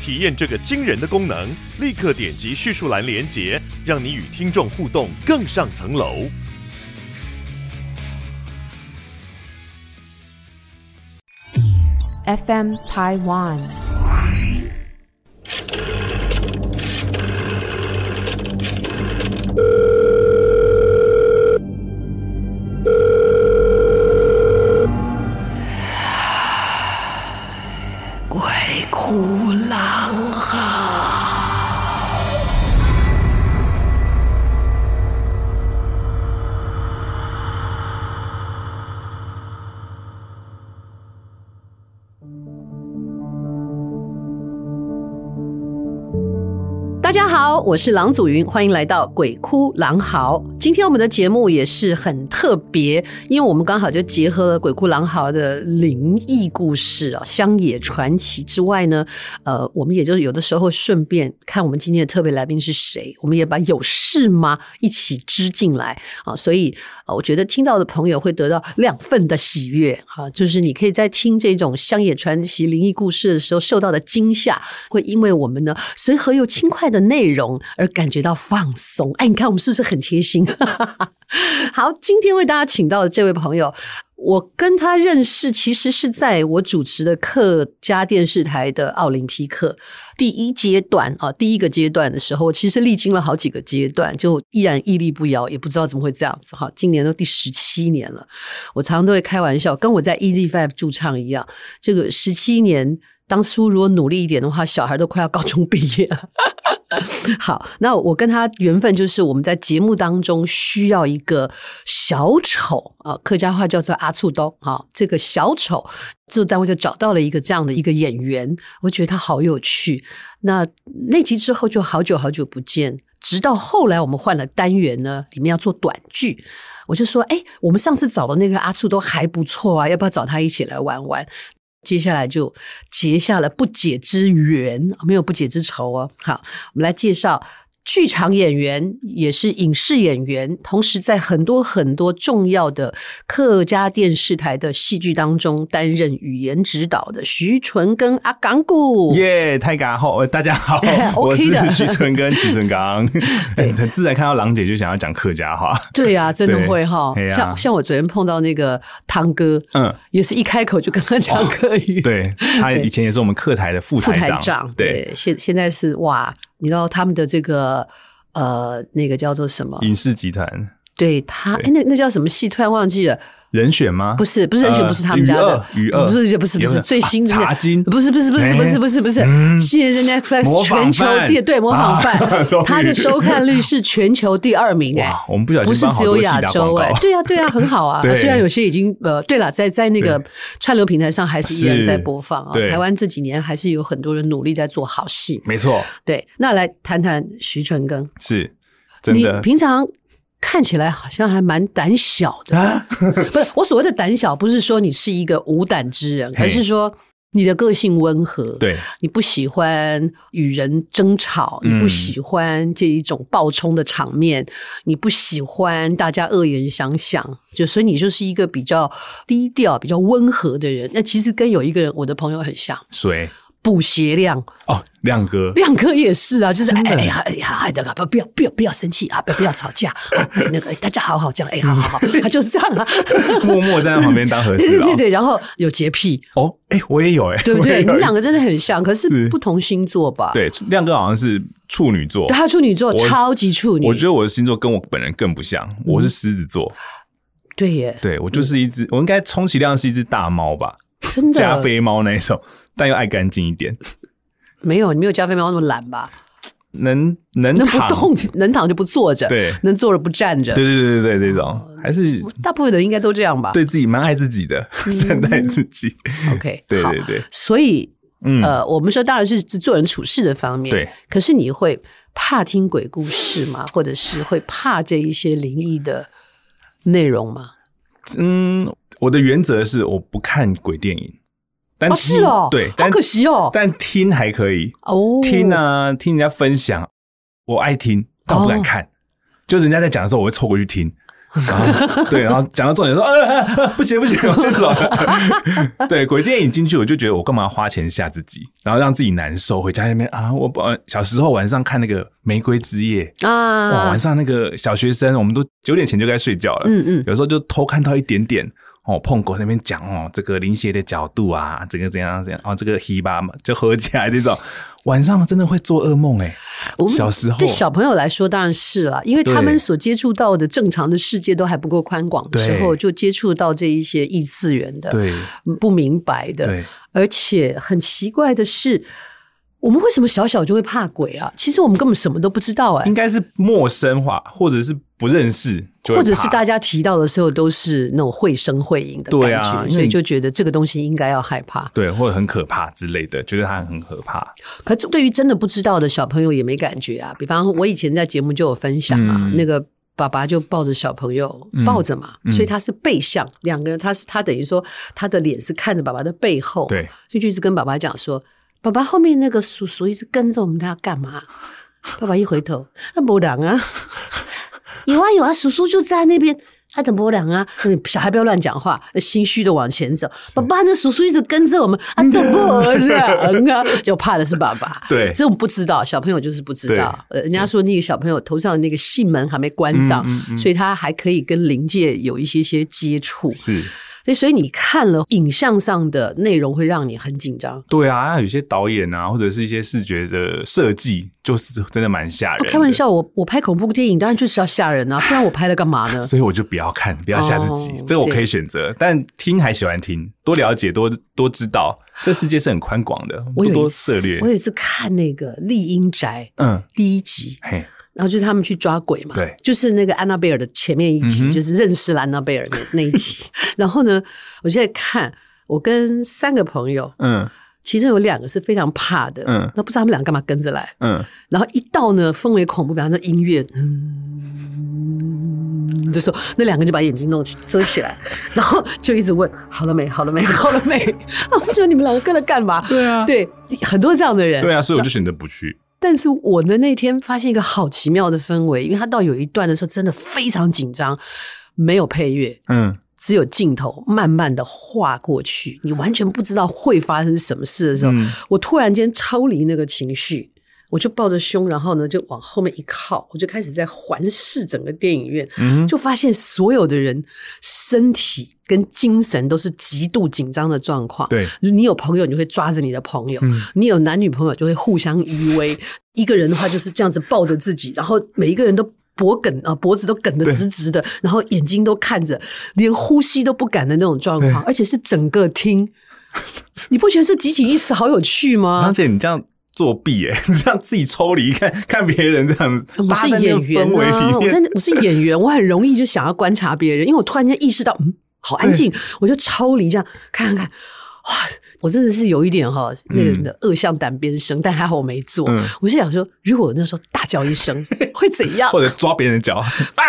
体验这个惊人的功能，立刻点击叙述栏连接，让你与听众互动更上层楼。 FM Taiwan。鬼哭狼啊嚎。大家好，我是郎祖云，欢迎来到《鬼哭狼嚎》。今天我们的节目也是很特别，因为我们刚好就结合了《鬼哭狼嚎》的灵异故事啊、乡野传奇之外呢，呃，我们也就有的时候顺便看我们今天的特别来宾是谁，我们也把有事吗一起支进来啊。所以、呃我觉得听到的朋友会得到两份的喜悦啊，就是你可以在听这种乡野传奇、灵异故事的时候受到的惊吓，会因为我们呢随和又轻快的内容而感觉到放松。哎，你看我们是不是很贴心？ 好，今天为大家请到的这位朋友，我跟他认识其实是在我主持的客家电视台的奥林匹克第一阶段啊，第一个阶段的时候，其实历经了好几个阶段，就依然屹立不摇，也不知道怎么会这样子哈。今年都第十七年了，我常常都会开玩笑，跟我在 Easy Five 驻唱一样，这个十七年。当初如果努力一点的话，小孩都快要高中毕业了。 好，那我跟他缘分就是我们在节目当中需要一个小丑啊，客家话叫做阿醋刀啊，这个小丑制作单位就找到了一个这样的一个演员，我觉得他好有趣。那那集之后就好久好久不见，直到后来我们换了单元呢，里面要做短剧。我就说，哎，我们上次找的那个阿醋都还不错啊，要不要找他一起来玩玩？接下来就结下了不解之缘，没有不解之仇哦。好，我们来介绍剧场演员，也是影视演员，同时在很多很多重要的客家电视台的戏剧当中担任语言指导的徐纯跟阿港古。，耶太嘎后，呃大家好 我哦 OK 是的徐春跟齐春刚。 对很 自然看到郎姐就想要讲客家话，对呀、真的对会哈、哎呀像像我昨天碰到那个汤哥，嗯，哦也是一开口就跟他讲客语，对她对以前也是我们客台的副副台长，对，对，现现在是哇，你知道他们的这个呃那个叫做什么？影视集团对他，对哎，那那叫什么戏？突然忘记了，人选吗？不是不是人选，呃不是他们家的，余二，不余是二不是不是啊最新的茶金，不是不是不是哎不是不是不是，嗯现在 Netflix 模仿全犯球第对模仿 啊犯，终于他的收看率是全球第二名哎哇，。我们不小不心是帮只好有多戏亚打洲广哎、告，对啊对 啊，很好啊。对虽然有些已经呃，对了，在在那个串流平台上还是依然是在播放啊。对台湾这几年还是有很多人努力在做好戏。没错，对，那来谈谈徐纯庚，是真你的平常看起来好像还蛮胆小 的，啊，不是我所谓的胆小，不是说你是一个无胆之人，嘿而是说你的个性温和，，对，你不喜欢与人争吵，嗯你不喜欢这一种暴冲的场面，你不喜欢大家恶言相向，就所以你就是一个比较低调、比较温和的人。那其实跟有一个人，我的朋友很像，谁补鞋亮，哦，亮哥，亮哥也是啊，就是哎真的哎呀哎呀，哎，那个不不要不要不要生气啊，不要不要吵架， 啊哎那个哎大家好好这样，哎好好好，他就是这样啊。默默站在旁边当和对 对事 佬对，对，然后有洁癖，哦，哎，我也有哎，对不我也对？有你们两个真的很像，可是是不同星座吧？，对亮哥好像是处女座，他处女座，我超级处女。嗯我觉得我的星座跟我本人更不像，我是狮子座，对耶，对我就是一只，我应该充其量是一只大猫吧，嗯真的加菲猫那一种， 但又爱干净一点，没有，你没有加菲猫那么懒吧？能能能不躺，动， 能躺就不坐着，对能坐着不站着对。对对对对，这哦种还是大部分人应该都这样吧？对自己蛮爱自己的，善待自己， ，OK，对嗯好对对，所以嗯，呃，我们说当然是做人处事的方面，对。可是你会怕听鬼故事吗？或者是会怕这一些灵异的内容吗？嗯，我的原则是我不看鬼电影，但哦，听是哦，对，好但可惜哦，但听还可以，哦，听，啊，听人家分享，我爱听，但我不敢看。哦就人家在讲的时候，我会凑过去听。然后对，然后讲到重点说， 呃、啊啊不行不行，我先走了。 对，鬼电影进去，我就觉得我干嘛花钱吓自己，然后让自己难受，回家那边啊，我不小时候晚上看那个《玫瑰之夜》哇，啊晚，上那个小学生，我们都九点前就该睡觉了，嗯嗯，有时候就偷看到一点点哦，碰狗那边讲哦，这个淋血的角度啊，这个怎样怎样哦，这个黑吧嘛，就合起来这种， 晚上真的会做噩梦哎、我们小时候对小朋友来说当然是了、因为他们所接触到的正常的世界都还不够宽广的时候，对就接触到这一些异次元的、对嗯不明白的，对，而且很奇怪的是，我们为什么小小就会怕鬼啊？其实我们根本什么都不知道哎、应该是陌生化或者是不认识，嗯就会或者是怕大家提到的时候都是那种绘声绘影的对感啊觉，因为所以你就觉得这个东西应该要害怕。对或者很可怕之类的，觉得它很可怕。可是对于真的不知道的小朋友也没感觉啊。比方我以前在节目就有分享啊，嗯那个爸爸就抱着小朋友、嗯抱着嘛，嗯所以他是背向两个人，他是他等于说他的脸是看着爸爸的背后，，对，所以就一直跟爸爸讲说，爸爸后面那个叔叔一直跟着我们，他要干嘛？爸爸一回头，那没人啊，有啊有啊，叔叔就在那边。他等波浪啊，嗯小孩不要乱讲话，心虚的往前走。爸爸，那叔叔一直跟着我们啊，等波浪 啊，就怕的是爸爸。对这种不知道，小朋友就是不知道。呃，人家说那个小朋友头上的那个囟门还没关上，嗯嗯嗯所以他还可以跟灵界有一些些接触。是，对，所以你看了影像上的内容，会让你很紧张。哦对啊，有些导演啊，或者是一些视觉的设计，就是真的蛮吓人、啊开玩，笑，我我拍恐怖电影当然就是要吓人啊，不然我拍了干嘛 呢？所以我就不要看，不要吓自己。哦这个我可以选择，但听还喜欢听，多了解，多多知 道，这世界是很宽广的，我多有一多次涉猎我。有一次看那个《丽英宅》嗯，第一集，嘿，然后就是他们去抓鬼嘛，对就是那个安娜贝尔的前面一集，嗯哼就是认识了安娜贝尔那那一 集。然后呢，我就在看，我跟三个朋友，嗯其中有两个是非常怕的，嗯那不知道他们俩干嘛跟着来。嗯，然后一到呢氛围恐怖，比方说音乐，嗯的时候，那两个人就把眼睛弄起遮起来， 然后就一直问好了没，好了没，好了没。 那我想你们两个跟了干嘛？对啊，对，很多这样的人。对啊，所以我就选择不去。但是我呢那天发现一个好奇妙的氛围，因为他到有一段的时候真的非常紧张，没有配乐，嗯，只有镜头慢慢的划过去，你完全不知道会发生什么事的时候，嗯我突然间超离那个情绪，我就抱着胸，然后呢就往后面一靠，我就开始在环视整个电影院，嗯哼就发现所有的人身体跟精神都是极度紧张的状况。对，你有朋友，你就会抓着你的朋友；嗯你有男女朋友，就会互相依偎。一个人的话就是这样子抱着自己，然后每一个人都脖梗啊，脖子都梗得对直直的，然后眼睛都看着，连呼吸都不敢的那种状况，对而且是整个厅。你不觉得这集体意识好有趣吗而？且你这样作弊、欸， 你这样自己抽离，看看别人这样，我是搭在那演个员氛围啊，里我在面，那我是演员，我很容易就想要观察别人，因为我突然间意识到，嗯，好安静，我就抽离这样看看看，哇，我真的是有一点哈、那个嗯的恶向胆边生，但还好我没做。嗯我是想说，如果我那时候大叫一 声会怎样？ 或者抓别人的脚，啊，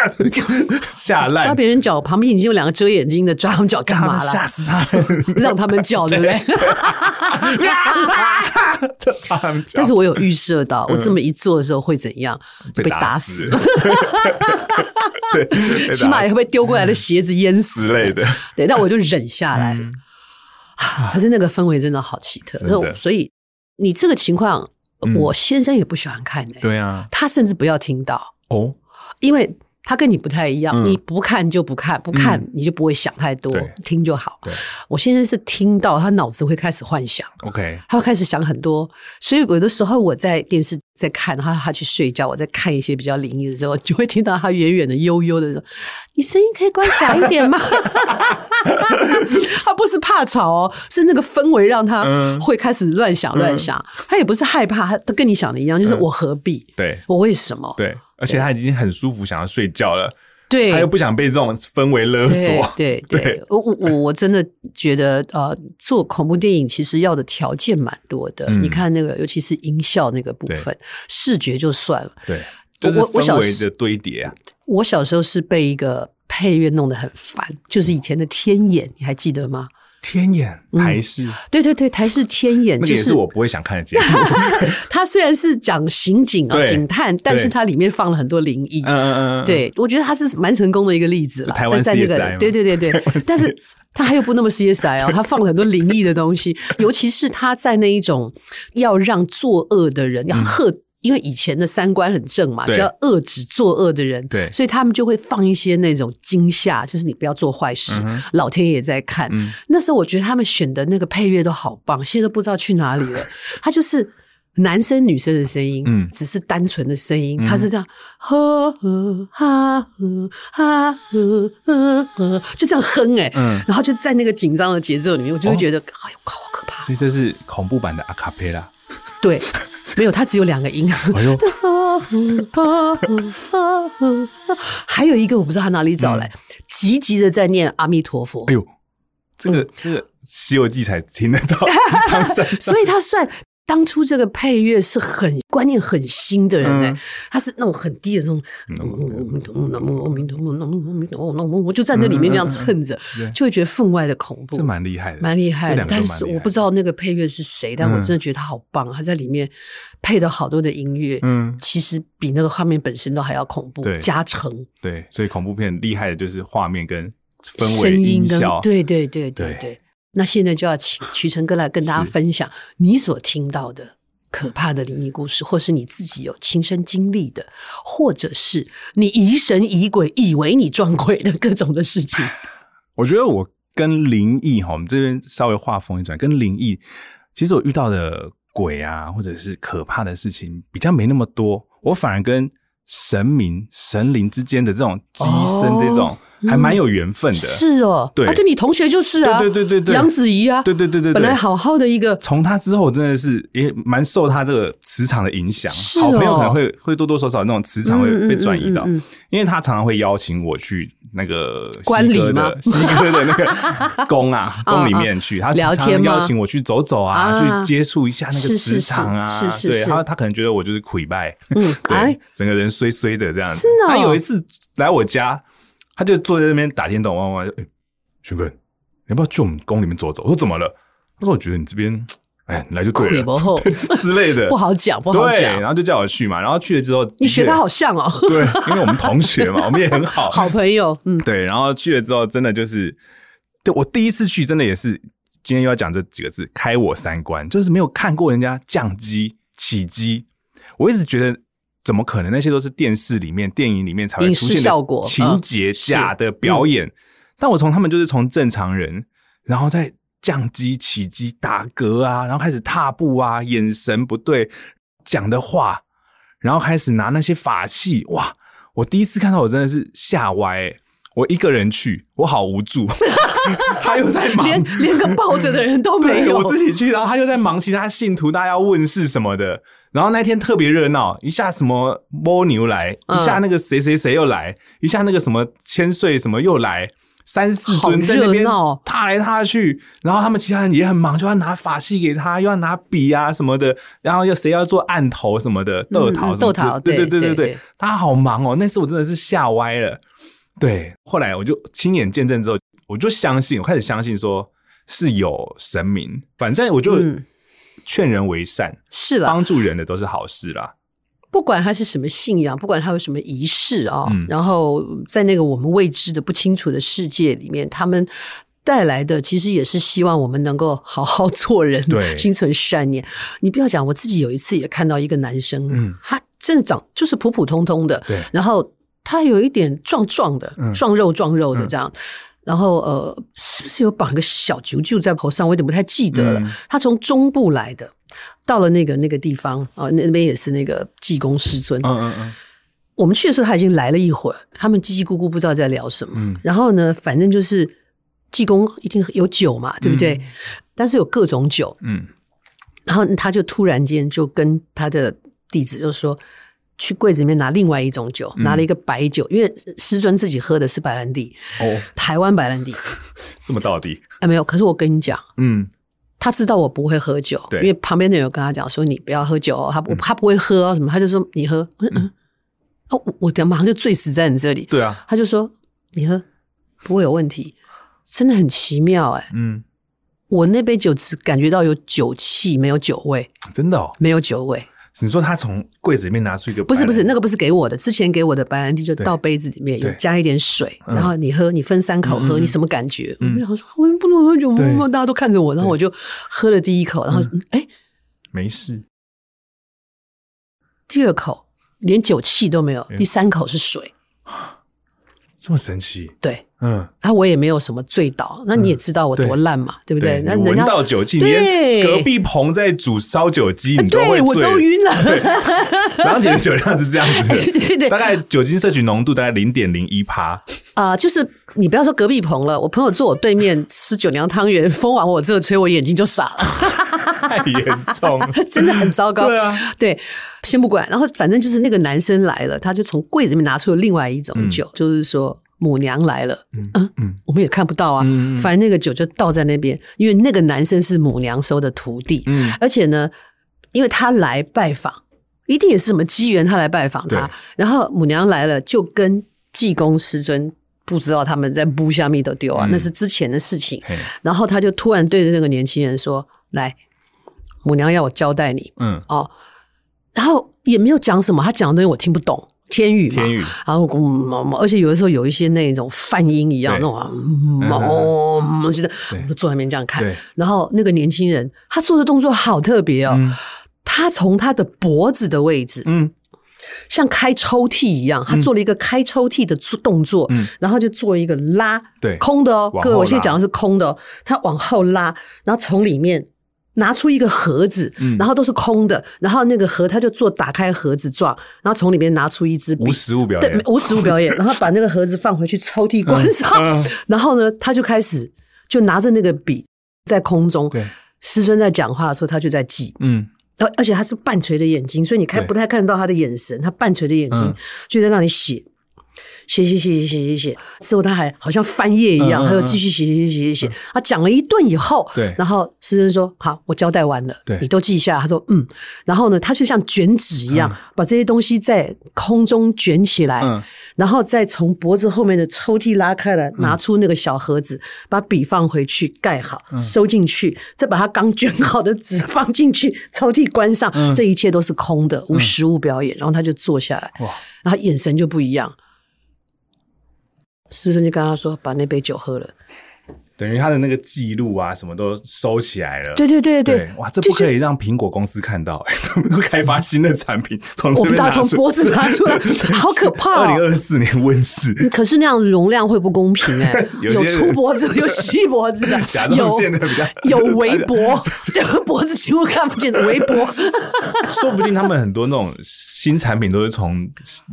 吓烂，抓别人脚，旁边已经有两个遮眼睛的，抓他们脚干嘛吓啦？死他 们，让他们 叫，对不对？就抓他们脚 但是我有预设到，嗯我这么一做的时候会怎样？就被打死，， 对，被 打起码也会被丢过来的鞋子淹死之类的。对，但我就忍下来了。啊可是那个氛围真的好奇特，嗯真的那所以你这个情况，嗯我先生也不喜欢看的、对啊，他甚至不要听到，哦，因为他跟你不太一样，嗯你不看就不看，不看你就不会想太多，对听就好对。我先生是听到，他脑子会开始幻想。 ，OK，他会开始想很多，所以有的时候我在电视在看，然后他去睡觉，我在看一些比较灵异的时候， 就会听到他远远的悠悠的说：“你声音可以关小一点吗？” 他不是怕吵哦，是那个氛围让他嗯会开始乱想乱想。他也不是害怕，他跟你想的一样，就是嗯我何必，对我为什么？对，而且他已经很舒服，想要睡觉了。对他又不想被这种氛围 勒索。对对对对，我我我我真的觉得，呃，做恐怖电影其实要的条件蛮多的。嗯你看那个，尤其是音效那个部分，视觉就算了。对，就是我我小氛围时嗯的堆叠啊。我小时候是被一个配乐弄得很烦，就是以前的天眼，你还记得吗？天眼嗯台式，对对对，台式天眼，那个就也是我不会想看的节目。 它虽然是讲刑警啊、对警探，但是它里面放了很多灵异。嗯嗯嗯，嗯，对，我觉得它是蛮成功的一个例子了，就台湾在在那 CSI 个嘛对对对对台湾，但是它还有不那么 CSI 哦，它放了很多灵异的东 西，尤其是它在那一种要让作恶的人要喝。因为以前的三观很正嘛，就嗯对要遏制作恶的人，对所以他们就会放一些那种惊吓，就是你不要做坏事，嗯哼老天爷在看。嗯那时候我觉得他们选的那个配乐都好棒，现在都不知道去哪里了。它就是男生女生的声音，嗯只是单纯的声音，嗯它是这样，呵呵哈呵哈呵呵呵，就这样哼哎、嗯然后就在那个紧张的节奏里面，我就会觉得，哎呦，好可怕。所以这是恐怖版的阿卡 贝拉。对，没有，它只有两个 音。哎呦，还有一个我不知道他哪里找来，急急的在念阿弥陀佛。嗯哎呦，这个这个《西游记》才听 得到唐三藏所以他算当初这个配乐是很观念很新的人呢、他是那种很低的那种，我就在那里面那样蹭着，就会觉得分外的恐怖这。蛮厉害的，蛮厉害的，这两个都但蛮是厉我害不知的。道那个配乐是谁，但我真的觉得他好棒，他在里面配了好多的音乐，嗯，其实比那个画面本身都还要恐怖，对加成对，所以恐怖片厉害的就是画面跟氛围、声音跟效，对对对对对对。那现在就要 请曲成哥来跟大家是分享你所听到的可怕的灵异故事，或是你自己有亲身经历的，或者是你疑神疑鬼，以为你撞鬼的各种的事情。我觉得我跟灵异哈，我们这边稍微画风一转，跟灵异，其实我遇到的鬼啊，或者是可怕的事情比较没那么多，我反而跟神明、神灵之间的这种机身哦这种，还蛮有缘分的。是哦，对啊，对你同学就是啊，对对对对对杨子怡啊，对对对对对本来好好的一个，从他之后，我真的是也蛮受他这个磁场的影响。是哦好朋友可能会会多多少少那种磁场会嗯嗯被转移到，嗯嗯嗯因为他常常会邀请我去那个观西礼哥吗哦的西哥的那个宫 啊宫里面去，他聊常天常吗邀请我去走走啊啊，去接触一下那是个是磁场啊是是，是对，是他他可能觉得我就是溃败，嗯，哎对，，整个人衰衰的这样子真。的哦他有一次来我家，他就坐在那边打电动玩玩，哎，轩哥，你要不要去我们宫里面走走？我说怎么了？他说我觉得你这边，哎，你来就 对鬼了不后之类 的，不好讲，不好对，讲然。后就叫我去嘛，然后去了之后，你学他好的像哦， 确，对，因为我们同学嘛，我们也很好，好朋友，嗯，对，然后去了之后，真的就是，对我第一次去，真的也是今天又要讲这几个字，开我三观，就是没有看过人家降机、起机，我一直觉得怎么可能？那些都是电视里面、电影里面才会影出视现的效果情嗯节、是假的表演。但我从他们就是从正常人，然后再降机、起机、打嗝啊，然后开始踏步啊，眼神不对，讲的话，然后开始拿那些法器，哇！我第一次看到，我真的是吓歪、欸。我一个人去，我好无助。 他又在忙，连连个抱着的人都没 对有我。自己去，然后他又在忙其他信徒，大家要问事什么的。然后那天特别热闹，一下什么摸牛来，嗯一下那个谁谁谁又来，一下那个什么千岁什么又来，三四尊在那好热边闹踏来踏去。然后他们其他人也很忙，就要拿法器给他，又要拿笔啊什么的，然后又谁要做案头什么的，豆桃嗯什么豆之桃对对对对对对，他好忙哦。那次我真的是吓歪了。对，后来我就亲眼见证之后，我就相信，我开始相信说是有神明。反正我就嗯劝人为善，是啊啦，帮助人的都是好事啦。不管他是什么信仰，不管他有什么仪式啊、嗯然后在那个我们未知的、不清楚的世界里面，他们带来的其实也是希望我们能够好好做人，对心存善念。你不要讲，我自己有一次也看到一个男生，嗯他真的长就是普普通通的，对然后他有一点壮壮的，嗯壮肉壮肉的这样。然后呃，是不是有绑一个小揪揪在头上？我有点不太记得了。嗯他从中部来的，到了那个那个地方啊、呃那那边也是那个济公师尊。嗯嗯嗯，我们去的时候他已经来了一会儿，他们叽叽咕咕不知道在聊什么。嗯然后呢，反正就是济公一定有酒嘛，对不对？但是有各种酒，嗯，然后他就突然间就跟他的弟子就说：“去柜子里面拿另外一种酒，拿了一个白酒，因为师尊自己喝的是白兰地，哦，台湾白兰地。这么到底，哎，没有，可是我跟你讲，嗯，他知道我不会喝酒，对嗯因为旁边的人有跟他讲说你不要喝酒、哦，他不、他不会喝哦什么，他就说你喝，我说嗯，哦，我我等下马上就醉死在你这里，对啊，他就说你喝不会有问题，真的很奇妙哎、嗯，我那杯酒只感觉到有酒气，没有酒味，真的哦。没有酒味。你说他从柜子里面拿出一个白兰，不是不是，那个不是给我的，之前给我的白兰地就对倒杯子里面，有对加一点水，嗯然后你喝，你分三口喝，嗯嗯你什么感觉？嗯我就想说，我不能喝酒，对大家都看着我，然后我就喝了第一口，然后嗯哎、没事，第二口连酒气都没有，嗯第三口是水，这么神奇，对。嗯，然后我也没有什么醉倒，那你也知道我多烂嘛，对不对？那你人闻家到酒气，你对呃连隔壁棚在煮烧酒鸡，你都会哎对我醉都晕了，然后姐的酒量是这样子 对的，对对大，概酒精摄取浓度大概零点零一趴，啊、就是你不要说隔壁棚了，我朋友坐我对面吃九娘汤圆， 风往我这吹，我眼睛就傻了，太严重了。 真的很糟糕。对啊， 对，先不管，然后反正就是那个男生来了，他就从柜子里面拿出了另外一种酒，就是说母娘来了，嗯嗯，嗯我们也看不到啊，嗯嗯反正那个酒就倒在那边，因为那个男生是母娘收的徒弟，嗯而且呢，因为他来拜访，一定也是什么机缘，他来拜访他对，然后母娘来了，就跟济公师尊。不知道他们在布下密的丢啊，嗯那是之前的事情。嘿然后他就突然对着那个年轻人说：“来，母娘要我交代你，嗯，哦，然后也没有讲什么，他讲的东西我听不懂，天语嘛，天宇，然后我嗯嗯嗯而且有的时候有一些那种泛音一样那对种啊，嗯嗯嗯哦，嗯我觉得对我就坐在那边这样看对，然后那个年轻人他做的动作好特别哦，嗯他从他的脖子的位置嗯，像开抽屉一样，他做了一个开抽屉的做动作，嗯然后就做一个拉，对空的哦往后，各位，我现在拉讲的是空的、哦，他往后拉，然后从里面。拿出一个盒子，嗯然后都是空的，然后那个盒他就做打开盒子状，然后从里面拿出一支笔无，实物表对演，，无实物表 演，然后把那个盒子放回去抽屉关上，嗯然后呢，他就开始就拿着那个笔在空中，对，师尊在讲话的时候，他就在记，嗯，而而且他是半垂着眼睛，所以你看对不太看得到他的眼神，他半垂着眼睛、嗯就在那里写。写写写写写写写，之后他还好像翻页一样，嗯嗯嗯嗯他又继续写写写写写。他讲了一顿以后，对然后师尊说：“好，我交代完了，对你都记下。”他说：“嗯。”然后呢，他就像卷纸一样，把这些东西在空中卷起来，嗯然后再从脖子后面的抽屉拉开来，拿嗯出那个小盒子，把笔放回去，盖好，嗯收进去，再把它刚卷好的纸放进去， 抽屉关上，嗯这一切都是空的，无实物表演。然后他就坐下来，哇，然后眼神就不一样。师尊就跟他说：“把那杯酒喝了。等于他的那个记录啊，什么都收起来了。”对对对对对，哇，这不可以让苹果公司看到， 哎他们会开发新的产品，从我这们边把拿它从脖 子拿出来，好可怕、二零哦！二四年问世，可是那样容量会不公平哎、 有有些人粗脖 子，有细脖子的甲，有状腺的比较有围脖， 这个脖子几乎看不见的围脖。 说不定他们很多那种新产品都是从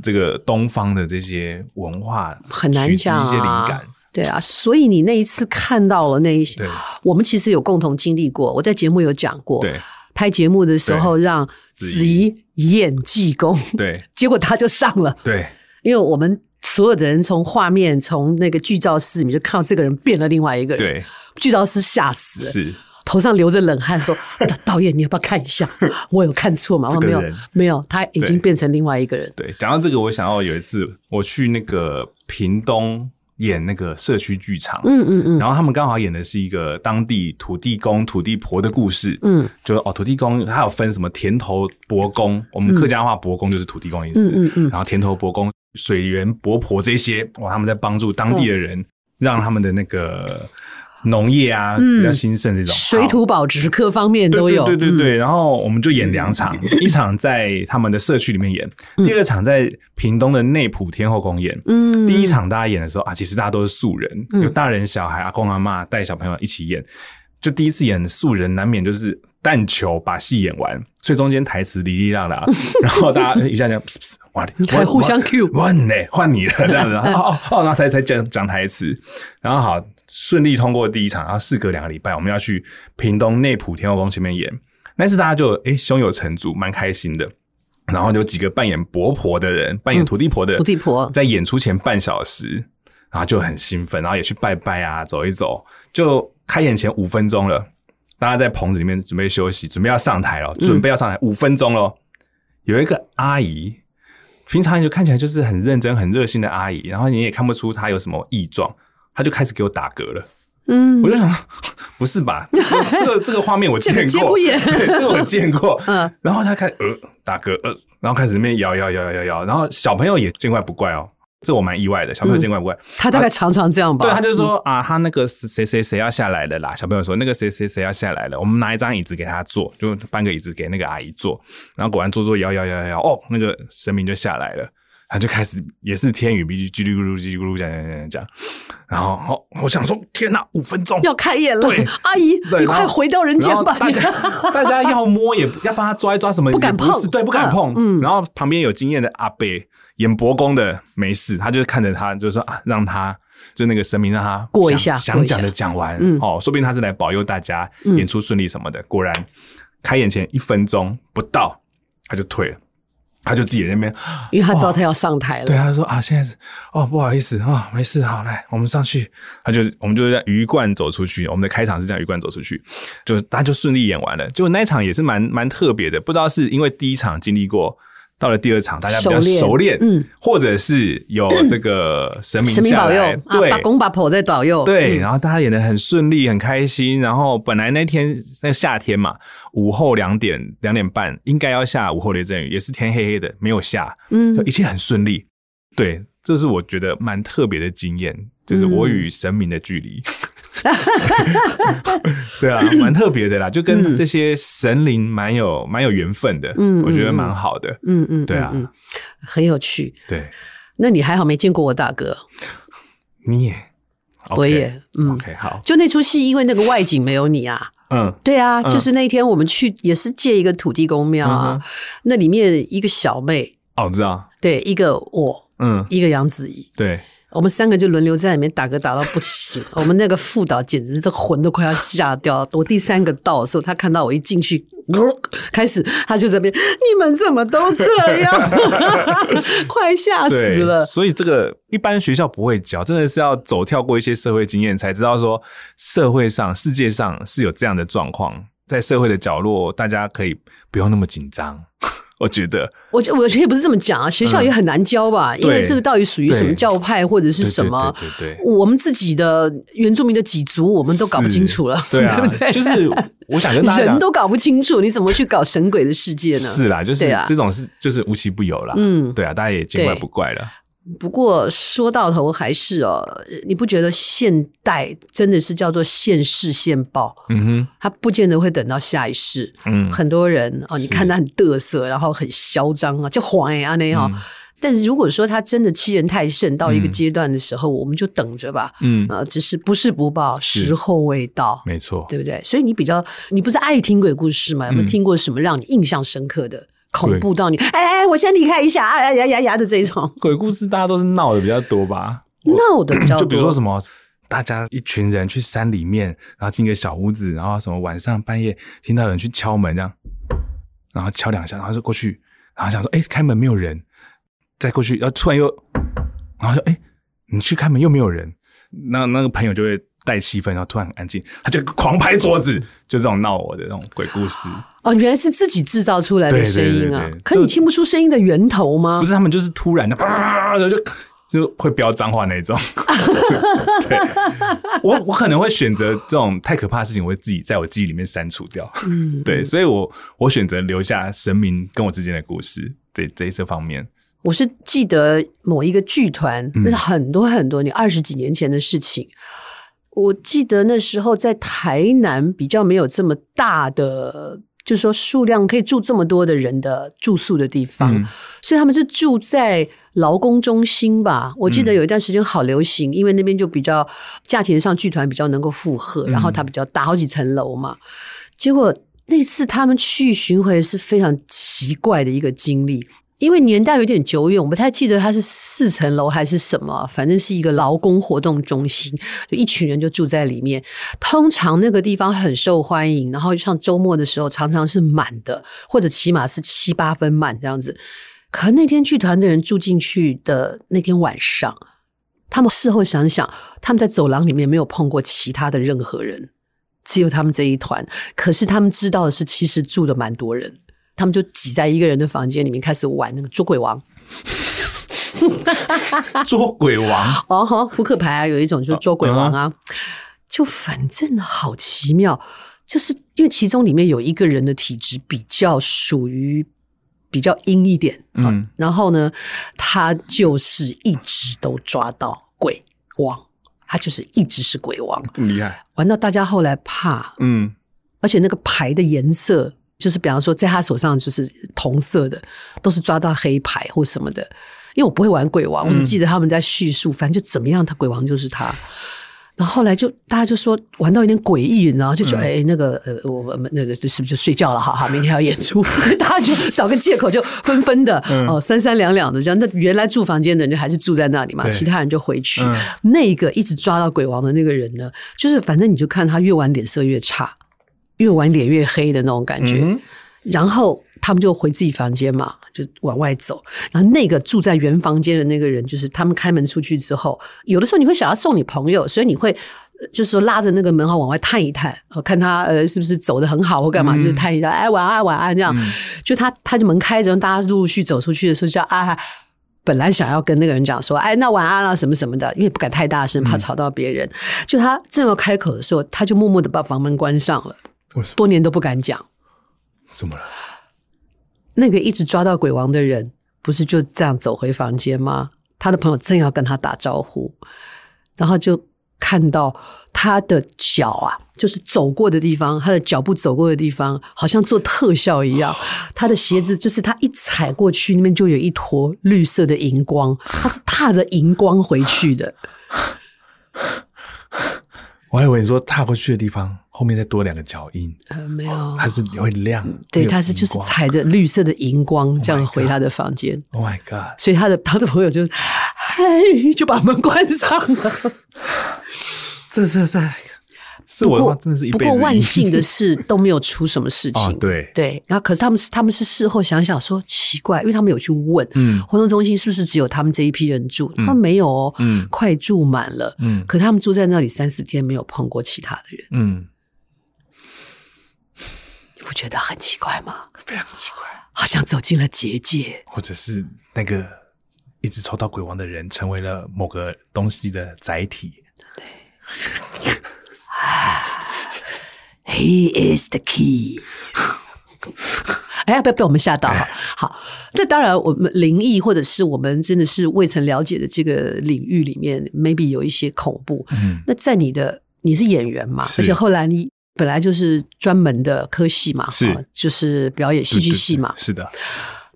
这个东方的这些文化很难取之讲啊一些灵感。对啊，所以你那一次看到了那一些对，我们其实有共同经历过。我在节目有讲过，对拍节目的时候让子子怡演济公，对 结果他就上了，对，因为我们所有的人从画面从那个剧照室里面就看到这个人变了另外一个人，对，剧照室吓死了。是头上流着冷汗 说：“导导演，你要不要看一下？ 我有看错吗？”我说这个没有人，没有，他已经对变成另外一个人。对。讲到这个，我想到有一次我去那个屏东演那个社区剧场，嗯嗯嗯然后他们刚好演的是一个当地土地公、土地婆的故事，嗯，就是哦，土地公他有分什么田头伯公，我们客家话伯公就是土地公的意思，嗯嗯嗯嗯然后田头伯公、水源伯婆这些，哇，他们在帮助当嗯地的人，让他们的那个农业啊、嗯比较兴盛这种水土保持各方面都有。对对嗯对对对然后我们就演两场，一场在他们的社区里面演，第二场在屏东的内埔天后宫演。嗯第一场大家演的时候啊，其实大家都是素人，嗯有大人、小孩、阿公、阿妈带小朋友一起演。就第一次演素人，难免就是但求把戏演完，所以中间台词哩哩啦啦，然后大家一下就噗噗哇，还互相 cue 换呢，换你了这样子，然后哦哦，然后才才讲讲台词，然后好顺利通过第一场，然后事隔两个礼拜，我们要去屏东内埔天后宫前面演，那次大家就诶胸有成竹，蛮开心的。然然后有几个扮演伯婆的人，扮演嗯土地婆的土地婆在演出前半小时，然后就很兴奋，然后也去拜拜啊，走一走。就开演前五分钟了，大家在棚子里面准备休息，准备要上台了，嗯准备要上台五分钟咯。有一个阿姨，平常就看起来就是很认真、很热心的阿姨，然后你也看不出她有什么异状，她就开始给我打嗝了。嗯我就想， 不是 吧？这个这个这个画面我见过，这个节骨眼对，这个我见过。 嗯嗯，然后他开始呃打嗝，呃，然后开始那边摇摇摇摇摇，然后小朋友也见怪不怪哦，这我蛮意外的，小朋嗯友见怪不怪。他大概常常这样吧。对，他就说、啊，他那个谁谁谁要下来了啦。小朋友说那个谁谁谁要下来了，我们拿一张椅子给他坐，就搬个椅子给那个阿姨坐。然后果然坐坐摇摇摇摇摇，哦，那个神明就下来了。他就开始也是天语，叽里咕噜叽里咕噜讲讲讲讲，然后哦，我想说天哪，五分钟要开演了对，阿姨，对你然后快回到人间然后吧！大你 家 大家要摸也不要帮他抓一抓什么，不敢也碰是对，不敢碰。嗯嗯然后旁边有经验的阿伯演伯公的没事，他就是看着他，就说啊，让他就那个神明让他过一想下过想一下讲的讲完嗯，哦，说不定他是来保佑大家嗯演出顺利什么的。果然开演前一分钟不到，他就退了，他就自己在那边。因为他知道他要上台对，了，他就说啊，现在是哦，不好意思啊、没事，好来，我们上去。他就我们就这样鱼贯走出去，我们的开场是这样鱼贯走出去，就大家就顺利演完了。就那一场也是蛮蛮特别的，不知道是因为第一场经历过。到了第二场，大家比较熟练熟练，嗯，或者是有这个神明神明下保佑来，啊，对，把公把婆在保佑，对，嗯然后大家演的很顺利，很开心。然后本来那天那夏天嘛，午后两点两点半应该要下午后雷阵雨，也是天黑黑的，没有下，嗯就一切很顺利。对，这是我觉得蛮特别的经验，就是我嗯与神明的 距离。对啊，蛮特别的啦，就跟这些神灵蛮有蛮有缘分的，嗯我觉得嗯嗯蛮好的。嗯嗯，对啊嗯，嗯很有趣。对，那你还好没见过我大哥，你也，我 OK 也嗯， OK，好，就那出戏，因为那个外景没有你啊，嗯对啊，嗯就是那一天我们去也是借一个土地公庙啊嗯，那里面一个小妹，哦，我知道，对，一个我，嗯，一个杨子怡。对，我们三个就轮流在里面打嗝，打到不 行。我们那个副导简直是魂都快要吓掉。我第三个到的时候，他看到我一进去， 开始他就在那边，你们怎么都这 样，快吓死对，了。所以这个一般学校不会教，真的是要走跳过一些社会经验，才知道说社会上、世界上是有这样的状况，在社会的角落，大家可以不用那么紧张。我觉得我觉我觉得也不是这么讲啊，学校也很难教吧，因为嗯对这个到底属于什么教派或者是什么，对对对对对我们自己的原住民的几族我们都搞不清楚了，对啊， 不对？就是我想跟大家讲人都搞不清楚，你怎么去搞神鬼的世界呢？是啦，就是对啊这种是就是无奇不有啦。嗯对啊，大家也见怪不怪了。不过说到头还是哦，你不觉得现代真的是叫做现世现报？嗯他不见得会等到下一世。哼，嗯，很多人哦，你是看他很得瑟，然后很嚣张啊，就坏啊那样哦。嗯但是如果说他真的欺人太甚，到一个嗯阶段的时候，我们就等着吧。嗯，呃，只是不是不报，时候未到，没错。对不对？所以你比较，你不是爱听鬼故事吗？有没有嗯听过什么让你印象深刻的、恐对怖到你哎哎，我先离开一下，哎哎呀呀呀的这种？鬼故事大家都是闹的比较多吧？闹的比较多，嗯就比如说什么，大家一群人去山里面，然后进一个小屋子，然后什么晚上半夜听到有人去敲门这样，然后敲两下，然后就过去，然后想说，哎、开门没有人，再过去，然后突然又，然后就，哎、你去开门又没有人，那 那个朋友就会。带气氛，然后突然很安静，他就狂拍桌子，就这种闹我的那种鬼故事，哦，原来是自己制造出来的对对声音啊对对！对可你就听不出声音的源头吗不？是他们就是突然的，啪就就会飙脏话那种。 对，我我可能会选择这种太可怕的事情，我会自己在我记忆里面删除掉。嗯，对，所以我我选择留下神明跟我之间的故事，对这这方面，我是记得某一个剧团，嗯那是很多很多年，二十几年前的事情。我记得那时候在台南比较没有这么大的，就是说数量可以住这么多的人的住宿的地方，嗯所以他们是住在劳工中心吧。我记得嗯有一段时间好流行，因为那边就比较价钱上剧团比较能够负荷，嗯然后它比较大，好几层楼嘛。结果那次他们去巡回是非常奇怪的一个经历。因为年代有点久远，我不太记得它是四层楼还是什么，反正是一个劳工活动中心，就一群人就住在里面。通常那个地方很受欢迎，然后像周末的时候常常是满的，或者起码是七八分满这样子。可那天剧团的人住进去的那天晚上，他们事后想想，他们在走廊里面没有碰过其他的任何人，只有他们这一团。可是他们知道的是，其实住的蛮多人。他们就挤在一个人的房间里面开始玩那个捉鬼王。捉鬼王，哦吼，扑克牌啊，有一种就是捉鬼王啊，就反正好奇妙，就是因为其中里面有一个人的体质比较属于比较阴一点，啊嗯，然后呢，他就是一直都抓到鬼王，他就是一直是鬼王，这么厉害，玩到大家后来怕，嗯，而且那个牌的颜色，就是比方说在他手上就是同色的，都是抓到黑牌或什么的。因为我不会玩鬼嗯王，我只记得他们在叙述，反正就怎么样，他鬼王就是他。然后后来就大家就说玩到有点诡异，然后就嗯觉得哎、那个呃，我们那个是不是就睡觉了？哈哈，明天还要演 出，大家就找个借口就纷纷的、嗯哦，三三两两的这样。那原来住房间的人就还是住在那里嘛，对其他人就回去。嗯那个一直抓到鬼王的那个人呢，就是反正你就看他越玩脸色越差，越玩脸越黑的那种感觉。嗯然后他们就回自己房间嘛，就往外走。然后那个住在原房间的那个人，就是他们开门出去之后，有的时候你会想要送你朋友，所以你会呃就是说拉着那个门号往外探一探，呃看他呃是不是走的很好或干嘛，就是探一下，哎晚安晚安这样。就他他就门开着，大家陆陆续走出去的时候叫啊。本来想要跟那个人讲说，哎，那晚安啦、什么什么的，因为不敢太大声，怕吵到别人。就他正要开口的时候，他就默默的把房门关上了为什么，多年都不敢讲。怎么了？那个一直抓到鬼王的人，不是就这样走回房间吗？他的朋友正要跟他打招呼，然后就看到他的脚啊，就是走过的地方，他的脚步走过的地方，好像做特效一 样。他的鞋子就是他一踩过去，那边就有一坨绿色的荧光，他是踏着荧光回去 的。我还以为你说踏过去的地方后面再多两个脚印，呃，没有，哦它是会亮，对，会有他是就是荧光踩着绿色的荧光这样回他的房间。 ，Oh my God，所以他的他的朋友就是，嗨，就把门关上了。这这 这，是我的话真的是一不辈子过万阴幸的是都没有出什么事情。 啊，对，对，然后可是他们是他们是事后想想说奇怪，因为他们有去问，嗯活动中心是不是只有他们这一批人住？他们没有哦，嗯快住满了，嗯可他们住在那里三四天没有碰过其他的人，嗯，你不觉得很奇怪吗？非常奇怪，好像走进了结界，或者是那个一直抽到鬼王的人成为了某个东西的载体， He is the key 。 哎，不要被我们吓到哈！好，那当然，我们灵异或者是我们真的是未曾了解的这个领域里面，maybe 有一些恐怖。嗯那在你的你是演员嘛，是而且后来你本来就是专门的科系嘛，是哦就是表演戏剧系嘛对对。对是的，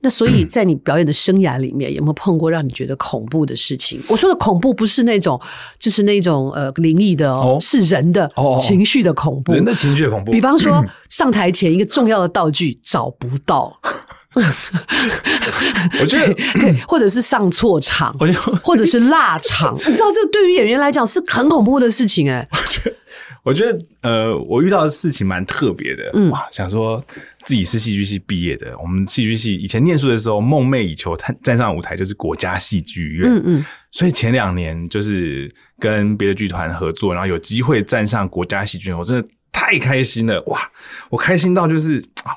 那所以在你表演的生涯里面，有没有碰过让你觉得恐怖的事情？我说的恐怖不是那种，就是那种呃灵异的哦，哦是人的哦哦哦情绪的恐怖，人的情绪也恐怖，比方说，上台前一个重要的道具找不到， 我觉 得，对，或者是上错场，我觉得。 或者是落场，你知道这个对于演员来讲是很恐怖的事情哎、我觉得，呃，我遇到的事情蛮特别的，嗯哇，想说自己是戏剧系毕业的，我们戏剧系以前念书的时候，梦寐以求站站上舞台就是国家戏剧院，嗯嗯，所以前两年就是跟别的剧团合作，然后有机会站上国家戏剧院，我真的太开心了，哇，我开心到就是啊，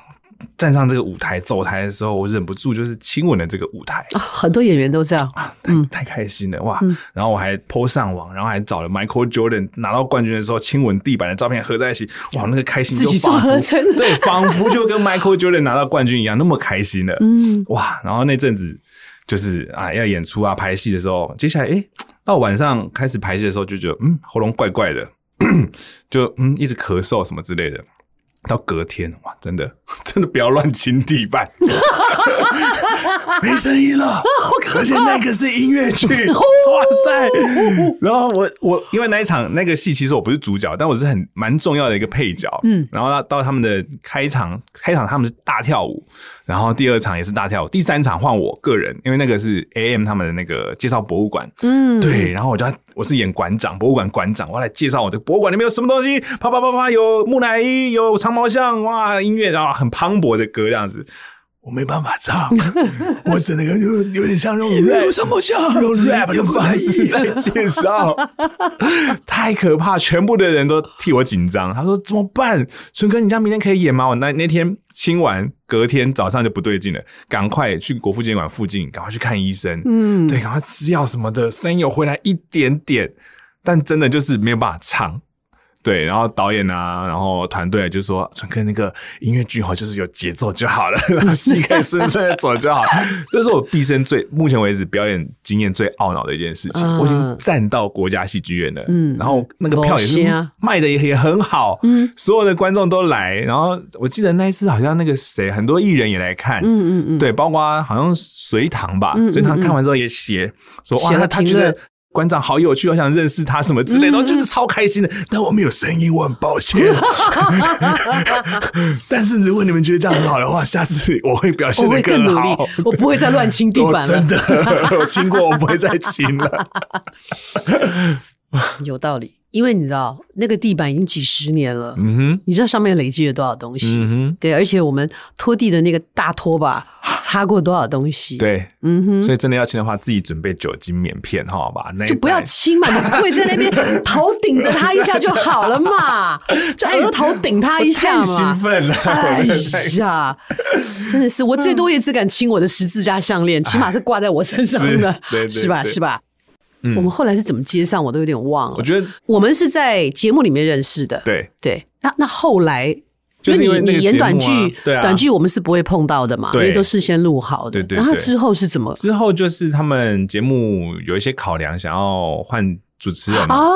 站上这个舞台走台的时候，我忍不住就是亲吻了这个舞台，啊很多演员都这样，啊，太嗯太开心了哇！然后我还 PO 上网，然后还找了 Michael Jordan 拿到冠军的时候亲吻地板的照片合在一起，哇，那个开心自就己做仿合佛成的对，仿佛就跟 Michael Jordan 拿到冠军一样，那么开心了。嗯，哇！然后那阵子就是啊，要演出啊、排戏的时候，接下来诶，到晚上开始 排戏的时候，就觉得嗯，喉咙怪怪的，就嗯一直咳嗽什么之类的。到隔天，哇，真的 真的不要乱亲地板，没声音了。 而且那个是音乐剧，哇塞！然后我我因为那一场那个戏，其实我不是主角，但我是很蛮重要的一个配角。嗯嗯，然后到到他们的开场，开场他们是大跳舞，然后第二场也是大跳舞，第三场换我个人，因为那个是 AM 他们的那个介绍博物馆，嗯， 对，然后我就要我是演馆长，博物馆馆长，我要来介绍我的博物馆里面有什么东西，啪啪啪啪，有木乃伊，有长毛象，哇，音乐，然后很磅礴的歌这样子。我没办法唱， 我只能就有点像用 rap 什么像用 rap 的方式在介绍，太可怕！全部的人都替我紧张。他说怎么办？春哥，你这样明天可以演吗？我那那天清完，隔天早上就不对劲了，赶快去国父纪念馆附近，赶快去看医生。 嗯，对，赶快吃药什么的，声音有回来一点点，但真的就是没有办法唱。对，然后导演啊，然后团队就说：“纯哥，那个音乐剧哈，就是有节奏就好了， 然后戏可以顺顺的走就好。”这是我毕生最目前为止表演经验最懊恼的一件事情。嗯我已经站到国家戏剧院了，嗯然后那个票也是没声卖的也也很好，嗯所有的观众都来。然后我记得那一次好像那个谁，很多艺人也来看，嗯嗯嗯，对，包括好像隋唐吧嗯，隋嗯唐看完之后也写说哇，写了他他评觉论嗯得馆长好有趣，我想认识他什么之类的，然后就是超开心的。但我没有声音，我很抱 歉。但是如果你们觉得这样很好的话，下次我会表现我的会更努力好。，我不会再乱亲地我 板真了。的，我亲过，我不会再亲 了。有道理，因为你知道那个地板已经几十年了，嗯哼，你知道上面累积了多少东西。嗯哼，对，而且我们拖地的那个大拖 把擦过多少东西？，对。嗯哼，所以真的要亲的话，自己准备酒精棉片哈，把那一就不要袋亲嘛，你跪在那边 头顶着它一下就好了嘛，就额头顶它一下太兴嘛。奋了，哎我真的太呀，真的是我最多也只敢亲我的十字架项 链，起码是挂在我身上的，哎是对对是吧？对是吧？嗯我们后来是怎么接上，我都有点忘了。我觉得我们是在节目里面认识的，对，对。那那后来，就是因为你那个你演节目啊短剧，对啊短剧我们是不会碰到的嘛，因对为都事先录好的。对对然后对之后是怎么？之后就是他们节目有一些考量，想要换主持人嘛，哦，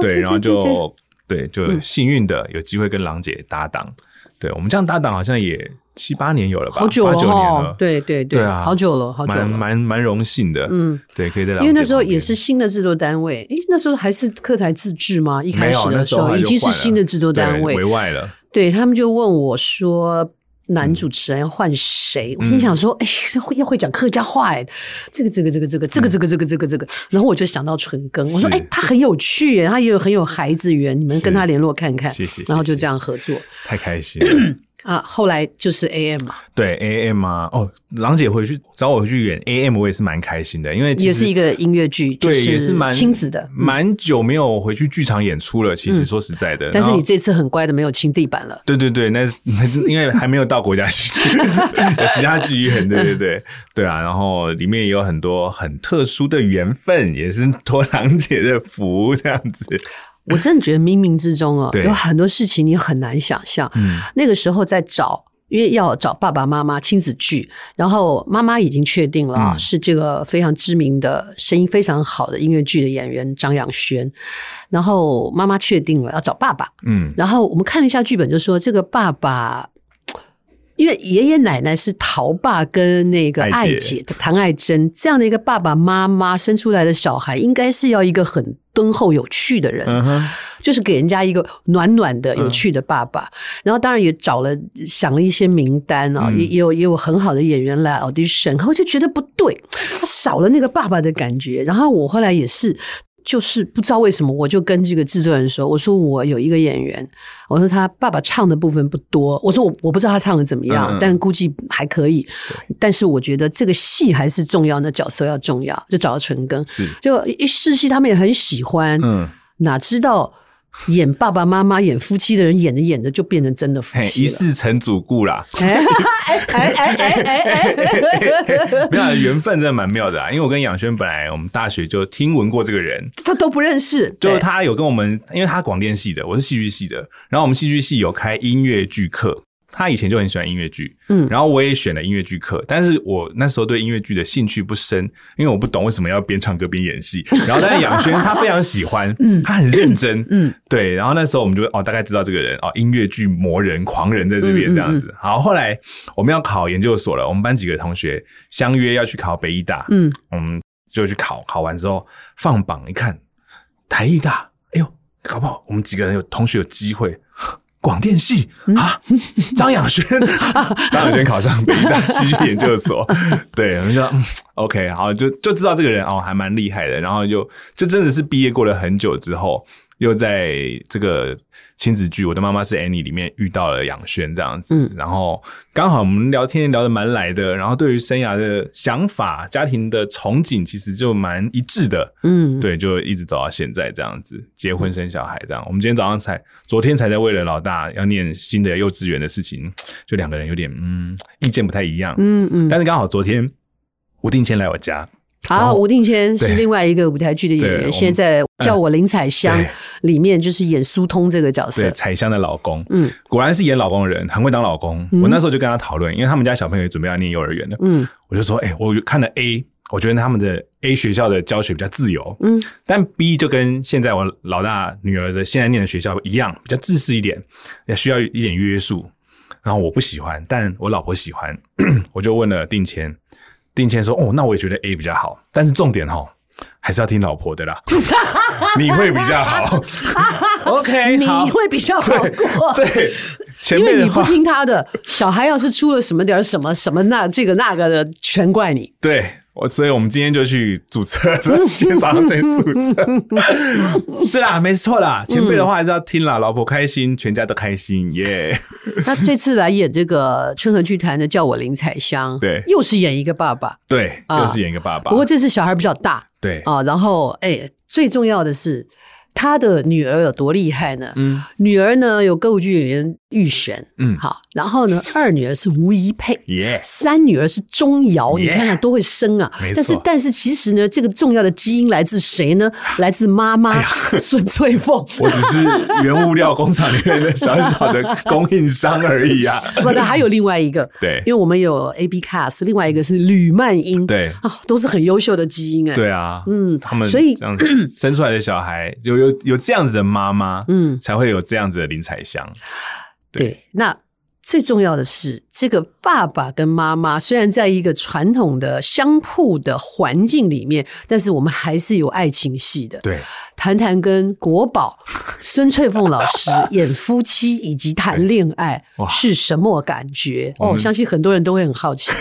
对，然后对嗯对就对，就幸运的有机会跟郎姐搭档。对我们这样搭档好像也七八年有了吧，好久八了九年哦了，，对对对啊，好久了，好久蛮了。蛮蛮荣幸的，嗯，对，可以在郎因为姐那时候旁边也是新的制作单位，诶，那时候还是客台自治吗？一没开始有，的那时时候已经是新的制作单位委，外了，对他们就问我说。嗯男主持人要换谁？我心想说，哎、这会要会讲客家话哎、这个这个这个这个这个这个这个这个这个，然后我就想到纯庚，我说是哎、他很有趣哎、他也有很有孩子缘，你们跟他联络看看，谢谢谢谢然后就这样合作太开心了。 啊。后来就是 AM 嘛，对 AM 啊，哦，郎姐回去找我回去演 AM，我也是蛮开心的，因为其实也是一个音乐剧，就对，也是蛮亲子的，嗯蛮久没有回去剧场演出了。其实说实在的，但是然后你这次很乖的没有亲地板了。对对对，那 因为还没有到国家 戏剧，有其他剧院，对对对对啊。然后里面也有很多很特殊的缘分，也是托郎姐的福这样子。我真的觉得冥冥之中哦，对有很多事情你很难想象。嗯，那个时候在找，因为要找爸爸妈妈亲子剧，然后妈妈已经确定了啊，嗯是这个非常知名的、声音非常好的音乐剧的演员张养轩，然后妈妈确定了要找爸爸，嗯，然后我们看了一下剧本，就说这个爸爸。因为爷爷奶奶是陶爸跟那个爱爱姐姐唐爱珍这样的一个爸爸妈妈生出来的小孩，应该是要一个很敦厚有趣的人。嗯哼，就是给人家一个暖暖的、嗯有趣的爸爸。然后当然也找了想了一些名单啊、嗯也也有也有很好的演员来 audition，然后就觉得不对，少了那个爸爸的感觉。然后我后来也是。就是不知道为什么，我就跟这个制作人说：“我说我有一个演员，我说他爸爸唱的部分不多，我说我我不知道他唱的怎么样，嗯嗯但估计还可以。但是我觉得这个戏还是重要，那角色要重要，就找到纯庚。是，就一一试戏，他们也很喜欢，嗯，哪知道演爸爸妈妈、演夫妻的人，演着演着就变成真的夫嘿，妻一了。世成主顾啦。哎哎哎哎哎哎！没有啊缘分真的蛮妙的啊，因为我跟养轩本来我们大学就听闻过这个人，他都不认 识，就是对，他有跟我们，因为他广电系的，我是戏剧系的，然后我们戏剧系有开音乐剧课，他以前就很喜欢音乐剧，嗯然后我也选了音乐剧课，但是我那时候对音乐剧的兴趣不深，因为我不懂为什么要边唱歌边 演戏。然后但是杨轩他非常喜欢，他很认真，嗯对。然后那时候我们就哦大概知道这个人哦，音乐剧魔人狂人在这边嗯这样子。好，后来我们要考研究所了，我们班几个同学相约要去考北医大，嗯，我们就去考，考完之后放榜一看，台艺大，哎呦，搞不好我们几个人有同学有机会。广电系啊，张养轩，张养轩考上北艺大戏剧研究所，对，我们就说、嗯、OK，好，就就知道这个人哦，还蛮厉害的。然后就就真的是毕业过了很久之后，又在这个亲子剧《我的妈妈是 Annie》里面遇到了杨轩这样子，嗯然后刚好我们聊天聊得蛮来的，然后对于生涯的想法、家庭的憧憬，其实就蛮一致的。嗯，对，就一直走到现在这样子，结婚生小孩这样。我们今天早上才，昨天才在为了老大要念新的幼稚园的事情，就两个人有点嗯意见不太一样。嗯嗯。但是刚好昨天吴定谦来我家，然啊，后吴定谦是对另外一个舞台剧的演对我员，们嗯现在叫我林采香对，里面就是演苏通这个角对色。彩香的老公，嗯果然是演老公的人，很会当老公。嗯我那时候就跟他讨论，因为他们家小朋友也准备要念幼儿园了，嗯我就说，哎、我看了 A，我觉得他们的 A 学校的教学比较自由，嗯但 B 就跟现在我老大女儿的现在念的学校一样，比较自私一点，也需要一点约束。然后我不喜欢，但我老婆喜欢， 我就问了定谦，定谦说：“哦，那我也觉得 A 比较好，但是重点哦，还是要听老婆的 啦，你会比较好。OK，你哎好会比较好 过，对，前因辈为的你不话，听他的。小孩要是出了什么点儿什么什么那这个那个的，全怪你。对我，所以我们今天就去注 册了，今天早上才去注册。是啦，没错啦，前辈的话还是要听啦，老婆开心，全家都开心，耶、 那这次来演这个春和剧团的叫我林采香，对又是演一个爸爸，对，啊又是演一个爸爸，不过这次小孩比较大对，啊。然后，哎，最重要的是他的女儿有多厉害呢？嗯女儿呢有歌舞剧演员预选，嗯，好，然后 呢，二女儿是吴怡佩。耶、三女儿是钟瑶，你 Yeah 看看多会生啊没！错但是但是其实呢，这个重要的基因来自谁 呢？来自妈妈 孙翠凤。哎我只是原物料工厂里面的小小的供应商而 已啊。不，但还有另外一个，对因为我们有 A B Cast，另外一个是吕曼英，对啊，都是很优秀的基因哎、对啊，嗯他们所以这样子生出来的小孩，有有有这样子的妈妈，嗯才会有这样子的林采香。对对，那最重要的是，这个爸爸跟妈妈虽然在一个传统的相扑的环境里面，但是我们还是有爱情戏的。对，谈谈跟国宝孙翠凤老师演夫妻以及谈恋爱哇是什么感觉？我哦，们我相信很多人都会很好奇。嗯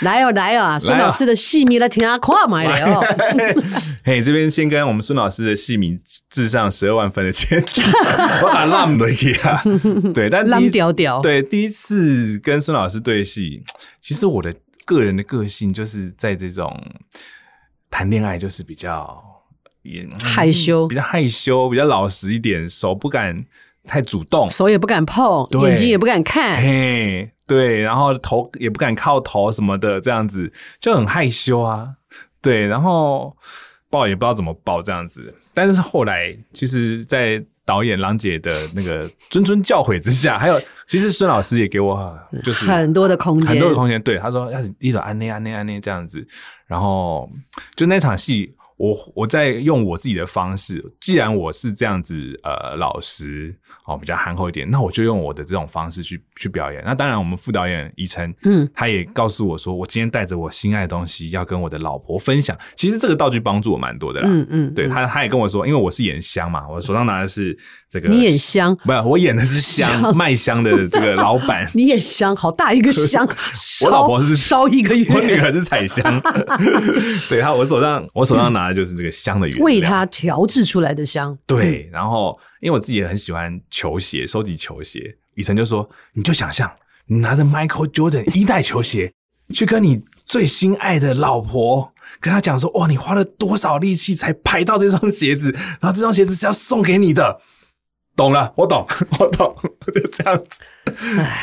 来哦，来哦啊！孙来啊老师的戏迷来听他跨买了哦。啊 嘿，这边先跟我们孙老师的戏迷致上十二万分的歉意， 我把浪了一啊。 对，但第浪一屌屌对第一次跟孙老师对戏，其实我的个人的个性就是在这种谈恋爱就是比较也嗯害羞比较害羞，比较老实一点，手不敢太主动，手也不敢碰，对眼睛也不敢看。嘿，对，然后头也不敢靠头什么的，这样子就很害羞啊。对，然后抱也不知道怎么抱这样子。但是后来，其实，在导演郎姐的那个谆谆教诲之下，还有其实孙老师也给我就是很多的空间，很多的空间。对，他说要哎一直安内安内安内这样子，然后就那场戏，我我在用我自己的方式，既然我是这样子呃老实哦比较憨厚一点，那我就用我的这种方式去去表演。那当然，我们副导演宜晨，嗯，他也告诉我说，我今天带着我心爱的东西要跟我的老婆分享。其实这个道具帮助我蛮多的啦。嗯嗯，对嗯，他，他也跟我说，因为我是演香嘛，我手上拿的是这个。你演香，不是，我演的是香卖香的这个老 板，你演香，好大一个香，烧 我老婆是烧一个我女月，儿是采香，对她，我手上我手上拿的就是这个香的原料。为她调制出来的香，对，然后因为我自己也很喜欢球鞋，收集球鞋，以晨就说，你就想象你拿着 Michael Jordan 一代球鞋去跟你最心爱的老婆。跟她讲说，哦哇，你花了多少力气才排到这双鞋子，然后这双鞋子是要送给你的，懂了，我懂，我懂，就这样子，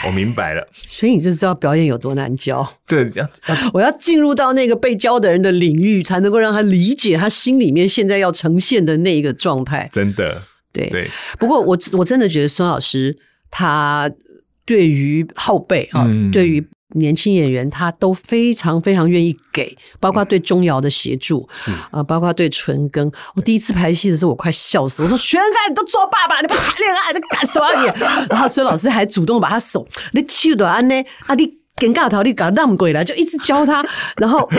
我明白了，所以你就知道表演有多难教。 对，要要我要进入到那个被教的人的领域，才能够让他理解他心里面现在要呈现的那一个状态。真的，对，对，不过我我真的觉得孙老师他对于后辈啊，嗯对于年轻演员，他都非常非常愿意给，包括对钟瑶的协助。是啊，包括对纯庚，我第一次排戏的时候，我快笑死！我说：“玄凯，你都做爸爸，你不谈恋爱，你在干什么啊你？” 然后孙老师还主动把他手，你去的安呢，啊，你尴尬头，你搞那么鬼了，就一直教他。然后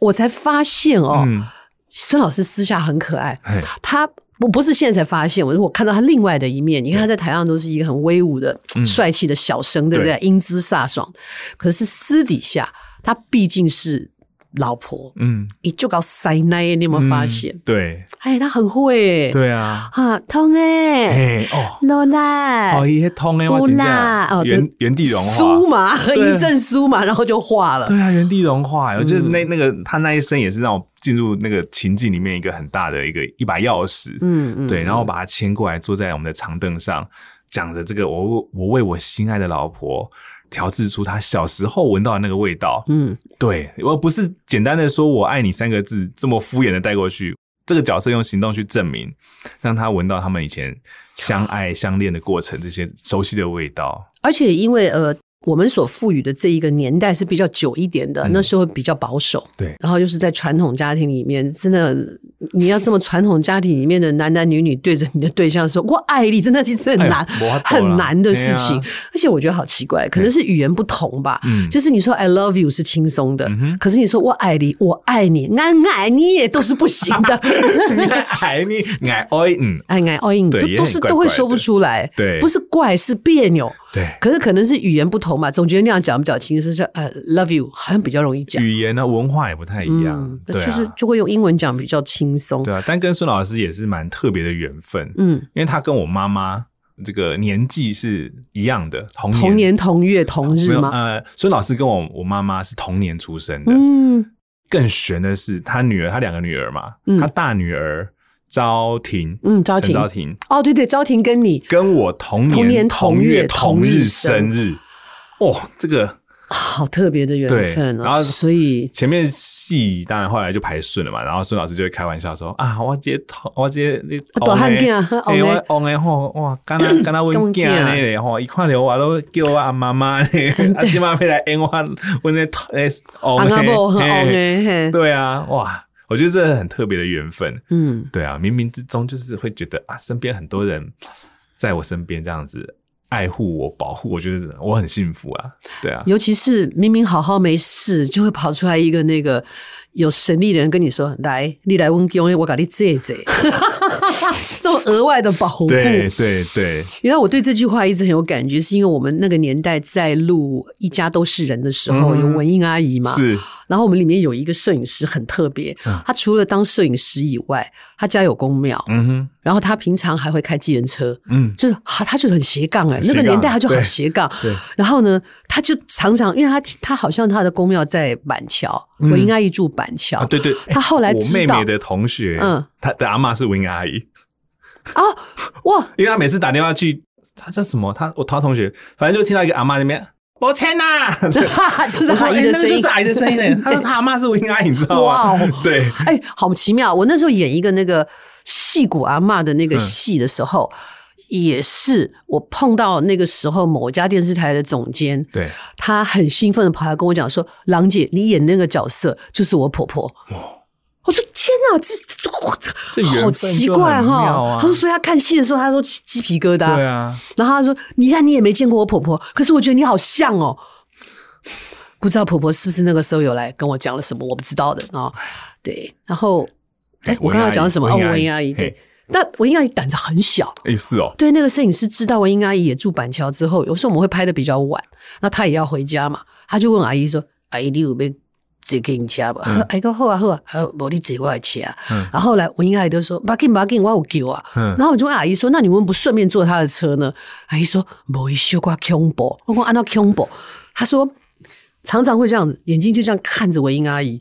我才发现哦，嗯哎孙老师私下很可爱嘿，他。我不是现在才发现，我我看到他另外的一面。你看他在台上都是一个很威武的、嗯帅气的小生，对不对？英姿飒爽。可是私底下，他毕竟是老婆，嗯，你就搞塞奶，你有没有发现嗯？对哎，他很会，对啊，啊，通哎，哎哦，罗啦，哦，一些通哎，乌我真啦，的原原地融酥化。嘛，对一阵酥嘛，然后就化了。对啊，原地融化，我觉嗯得那那个他那一声也是让我进入那个情境里面一个很大的一个一把钥匙，嗯嗯，对，然后把他牵过来，坐在我们的长凳上，讲着这个我我为我心爱的老婆调制出她小时候闻到的那个味道。嗯对，我不是简单的说我爱你三个字这么敷衍的带过去。这个角色用行动去证明，让他闻到他们以前相爱相恋的过程，这些熟悉的味道。而且因为呃，我们所赋予的这一个年代是比较久一点的，嗯那时候比较保守。对，然后又是在传统家庭里面，真的，你要这么传统家庭里面的男男女女对着你的对象说“我爱你”，真的是很难、哎呦没法度啦很难的事情。对啊而且我觉得好奇怪，可能是语言不同吧。嗯就是你说 “I love you” 是轻松的，嗯哼可是你说“我爱你”，我爱你，俺爱你也都是不行 的。 啊爱你，爱爱嗯，哎哎哦，你对都也都很是怪都会怪说不的出来，对不是怪是别扭。对，可是可能是语言不同嘛，总觉得那样讲比较轻，就是呃，love you 好像比较容易讲，语言呢、文化也不太一样，嗯，对啊，就是就会用英文讲比较轻松，对啊。但跟孙老师也是蛮特别的缘分，嗯，因为他跟我妈妈这个年纪是一样的，同年同年同月同没日有吗？呃，孙老师跟我我妈妈是同年出生的。嗯更悬的是，他女儿，他两个女儿嘛，嗯他大女儿昭婷，嗯昭陈婷昭婷哦，对对，昭婷跟你跟我同同年同同月同同日日生生日，哦，这个好特别的缘对分然啊，后所以前面戏当然后来就排顺了嘛，然后孙老师就会开玩笑说啊，我姐同我姐你啊大汉红的囝红哎的我红的吼哇，敢若敢跟若阮阮囝囝呢嘞吼，一看到我都叫我阿妈 妈嘞，阿姐妈要来演我阮的诶红 阿的阿伯很哦嘿红诶，嘿对啊，哇，我觉得这很特别的缘分。嗯，对啊，冥冥之中就是会觉得啊，身边很多人在我身边这样子爱护我、保护我，觉得我很幸福啊。对啊，尤其是明明好好没事，就会跑出来一个那个有神力的人跟你说：“来，你来问我，我给你借借。” 这种额外的保护，对对对，原来我对这句话一直很有感觉，是因为我们那个年代在录《一家都是人》的时候，嗯有文英阿姨嘛，是然后我们里面有一个摄影师很特别，他除了当摄影师以外，他家有公庙，嗯哼，然后他平常还会开计程车。嗯，就是他，他就很斜杠哎、很斜那杠个年代他就很对斜杠对。然后呢，他就常常，因为他他好像他的公庙在板桥，嗯文英阿姨住板桥。啊，对对，他后来我知妹道妹的同学，嗯嗯，她的阿妈是文英阿姨，啊，哇， 因为她每次打电话去，她叫什么？她我她同学，反正就听到一个阿妈那边。抱歉呐， 就是我说阿姨的哎那个声音就是阿姨的声音 呢。她说她阿妈是文英阿姨，你知道哇吗哦？对， 哎，好奇妙！我那时候演一个那个戏骨阿嬷的那嗯个戏的时候，也是我碰到那个时候某家电视台的总监，对，他很兴奋的跑来跟我讲说：“郎姐，你演那个角色就是我婆婆。”我说天哪，这这我这这缘分好奇怪就很哈、妙啊他说，所以他看戏的时候，他说起鸡皮疙瘩。对啊，然后他说：“你看，你也没见过我婆婆，可是我觉得你好像哦。”不知道婆婆是不是那个时候有来跟我讲了什么，我不知道的啊、哦。对，然后哎哎，我刚刚讲了什么？哦，文英阿文英阿姨姨嘿对，但文英阿姨胆子很小。哎，是哦，对，那个摄影师知道文英阿姨也住板桥之后，有时候我们会拍的比较晚，那她也要回家嘛，她就问阿姨说：“阿姨，你有没坐给你车吧？”她说阿姨说：“好啊，好啊，还有我你坐我的车。啊嗯然后后来文英阿姨就说：“不要紧，不要紧，我有救啊。嗯然后我就问阿姨说：“那你为什么不顺便坐她的车呢？”阿姨说：“没修过恐怖，我讲按照恐怖。”她说：“常常会这样子，眼睛就这样看着文英阿姨。”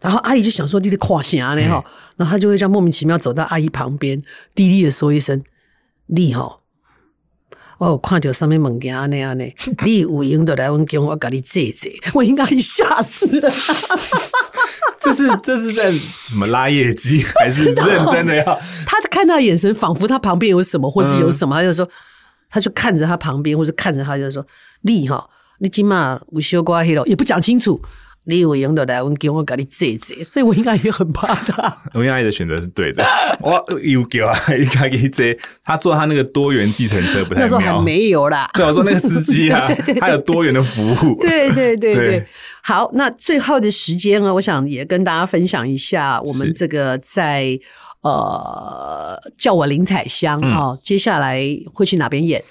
然后阿姨就想说你在跨啥呢哈，然后她就会这样莫名其妙走到阿姨旁边，低低的说一声：“你吼、我有看到上面物件安尼安 尼，你有闲就来阮宫，我甲你坐坐。我应该吓死 了，这 是这是在什么拉业绩，还是认真的要？嗯他看他的眼神，仿佛他旁边有什么或是有什么，他就说：“他就看着他旁边，或者看着他就说：“你哈，你今嘛有修瓜黑了，也不讲清楚。”你有用的来，我给我给你借借，所以我应该也很怕他。文阿姨的选择是对的。我有给啊，一卡给这，他坐他那个多元计程车不太 那时候还妙。没有啦，对，我说那个司机 啊对对对，他有多元的服 务。对对对对对，好，那最后的时间呢，我想也跟大家分享一下我们是这个在呃叫我林采香嗯哦，接下来会去哪边演？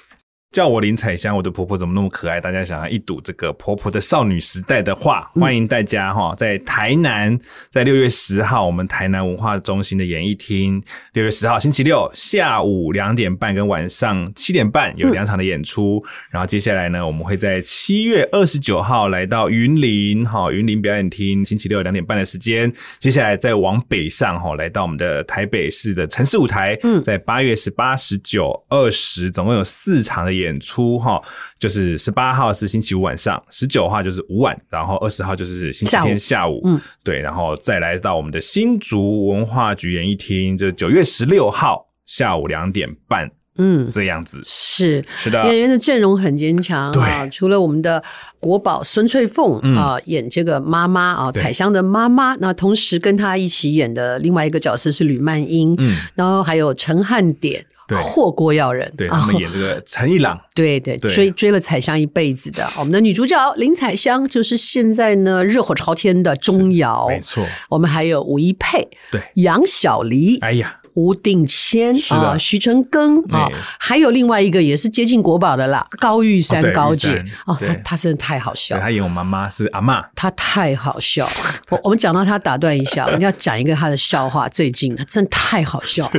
叫我林采香，我的婆婆怎么那么可爱？大家想要一睹这个婆婆的少女时代的话，嗯欢迎大家哈，在台南，在六月十号，我们台南文化中心的演艺厅，六月十号星期六下午两点半跟晚上七点半有两场的演出，然后接下来呢，我们会在七月二十九号来到云林哈，云林表演厅，星期六两点半的时间，接下来再往北上哈，来到我们的台北市的城市舞台，嗯在八月十八、十九、二十，总共有四场的演出哈，就是十八号是星期五晚上，十九号就是午晚，然后二十号就是星期天下午，嗯对，然后再来到我们的新竹文化局演艺厅，这九月十六号下午两点半嗯，这样子，是。是的，演员的阵容很坚强啊对啊，除了我们的国宝孙翠凤嗯啊、演这个妈妈啊对彩香的妈妈，那同时跟她一起演的另外一个角色是吕曼英，嗯，然后还有陈汉典、对霍郭耀仁，对啊他们演这个陈一郎，对对，对追追了彩香一辈子的，我们的女主角林彩香就是现在呢热火朝天的钟瑶，没错，我们还有吴一佩、对，杨小黎、哎呀，吴定谦是的啊、徐成庚啊哎，还有另外一个也是接近国宝的啦，高玉哦山对高玉姐山哦，对她她真的太好笑对了。他演我妈妈是阿嬷，他太好笑 了，我我们讲到他，打断一下，我们要讲一个他的笑话。最近他真的太好笑了，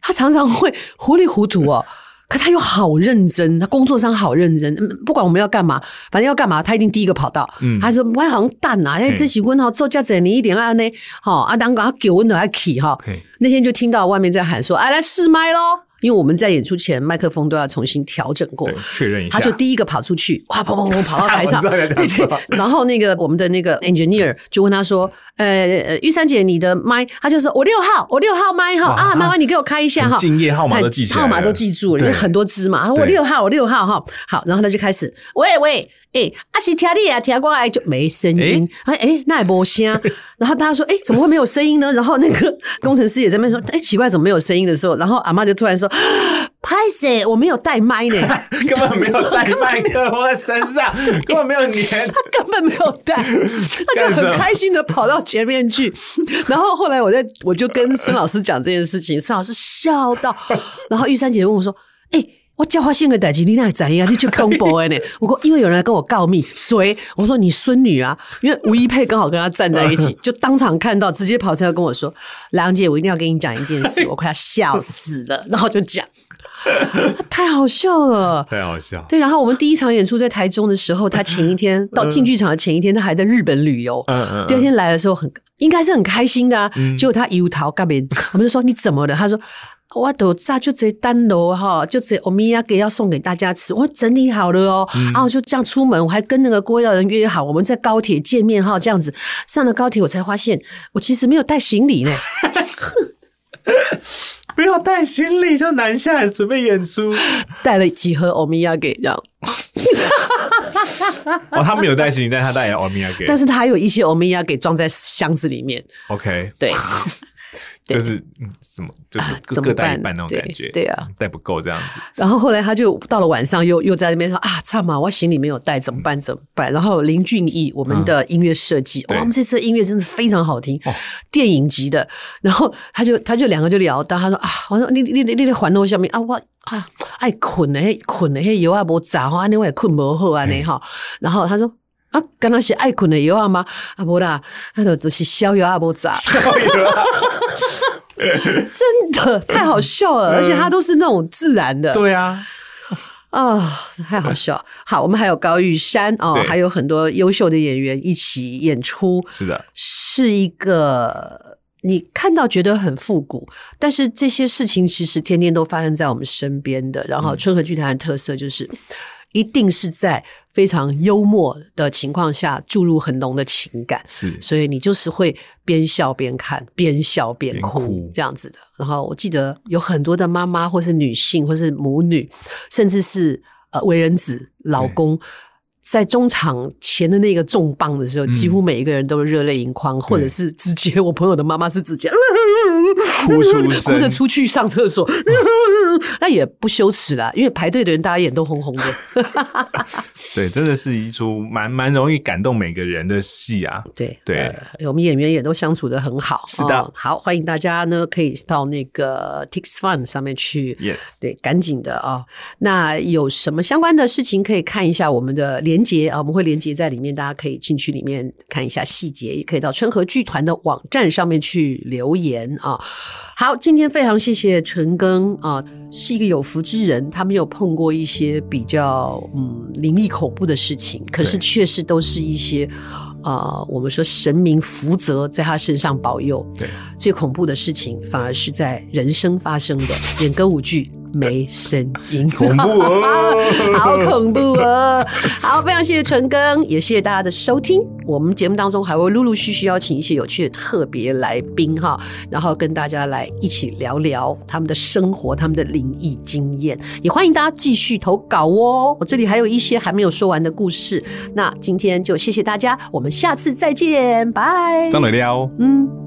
他常常会糊里糊涂哦，可他又好认真，他工作上好认真，嗯不管我们要干嘛，反正要干嘛，他一定第一个跑到。嗯他说：“我好像蛋啊，哎，这几棍哈做价值你一点啊呢，好啊，当个他给我的还起哈。嘿，那天就听到外面在喊说：‘哎，来试麦喽！’因为我们在演出前麦克风都要重新调整过对，，确认一下，啊他就第一个跑出去，哇，砰砰砰跑到台上， 我知道你要对讲什对么。 然后那个我们的那个嗯 engineer 就问他说：“呃，呃玉珊姐，你的麦？”他就说：“我六号，我六号麦哈哇啊，他麻烦你给我开一下哈。”很敬业号码都记起来号了码都记住了，因为对很多支嘛。啊我对六号，我六号哈。好，然后他就开始，喂喂，哎，阿西听你啊，听过来就没声音。哎哎，那也没声。 然后大家说：“哎，怎么会没有声音呢？”然后那个工程师也在那边说：“哎，奇怪，怎么没有声音的时候？”然后阿妈就突然说：“ 拍谁？我没有带麦呢。” 根本没有带麦克风在身 上，根本没有粘。根本没有带，他就干什很么开心的跑到前面去。然后后来我在我就跟孙老师讲这件事情，孙老师笑到，然后玉珊姐问我说：“哎、我叫花性格逮吉你那怎样？你就坑博哎呢？” 我说：“因为有人来跟我告密，谁？”我说：“你孙女啊，因为吴一佩刚好跟她站在一起，就当场看到，直接跑出来跟我说：‘郎姐，我一定要跟你讲一件事，我快要笑死了。’然后就讲， 太好笑了。”太好笑，对，然后我们第一场演出在台中的时候，他前一 天到进剧场的前一天，他还在日本旅游。嗯嗯第二天来的时候很应该是很开心的啊，结果他油桃干边，我们就说你怎么了？他说。我都炸就这单楼哈，就这欧米亚给要送给大家吃，我整理好了哦，嗯然后就这样出门，我还跟那个郭耀仁约好，我们在高铁见面哈，这样子上了高铁我才发现，我其实没有带行李呢。不要带行李就南下来准备演出。哦，带了几盒欧米亚给这 样，哦他没有带行李，但他带了欧米茄。但是他还有一些欧米亚给装在箱子里面， OK，对，对就是嗯什么，就啊各怎么各带一办半那种对感觉。对啊，带不够这样子。然后后来他就到了晚上又又在那边说啊，差嘛，我行李没有带，怎么办？怎么办？然后林俊逸，我们的音乐设计，哇，嗯对我们这次的音乐真的非常好听，哦 电影级的。然后他就他就两个就聊到，他说啊，我说你你你你还我下面啊，我啊爱困的，嘿困的，嘿油啊无炸吼，安尼我也困无好啊安嗯尼吼。然后他说。啊，刚刚是爱困的药啊吗？啊，无啦，啊，就就是逍遥啊，无炸。 真的太好笑嗯了，而且他都是那种自然的。对啊，啊、太好笑！好，我们还有高玉山哦对，还有很多优秀的演员一起演出，是的，是一个你看到觉得很复古，但是这些事情其实嗯天天都发生在我们身边的。然后春和剧团的特色就是，一定是在非常幽默的情况下注入很浓的情感， 是所以你就是会边笑边看，边笑边哭边哭这样子的。然后我记得有很多的妈妈，或是女性，或是母女，甚至是呃为人子、老公。在中场前的那个重磅的时候，嗯几乎每一个人都热泪盈眶，或者是直接，我朋友的妈妈是直接哭 出声哭着出去上厕所， 那也不羞耻啦，因为排队的人大家眼都红红的。对，真的是一出蛮蛮容易感动每个人的戏啊。对对呃我们演员也都相处的很好。哦是的好，欢迎大家呢可以到那个 Tix Fun 上面去。 Yes，对，赶紧的啊、那有什么相关的事情可以看一下我们的连接啊？我们会连接在里面，大家可以进去里面看一下细节，也可以到春和剧团的网站上面去留言啊。好，今天非常谢谢纯庚啊，是一个有福之人，他没有碰过一些比较嗯灵异恐怖的事情，可是对确实都是一些呃，我们说神明福泽在他身上保佑，对，最恐怖的事情反而是在人生发生的，演歌舞剧没声音，恐怖哦， 好恐怖啊！好，非常谢谢纯庚，也谢谢大家的收听。我们节目当中还会陆陆续续邀请一些有趣的特别来宾哈，然后跟大家来一起聊聊他们的生活、他们的灵异经验。也欢迎大家继续投稿哦，我这里还有一些还没有说完的故事。那今天就谢谢大家，我们下次再见，拜。张磊撩。嗯。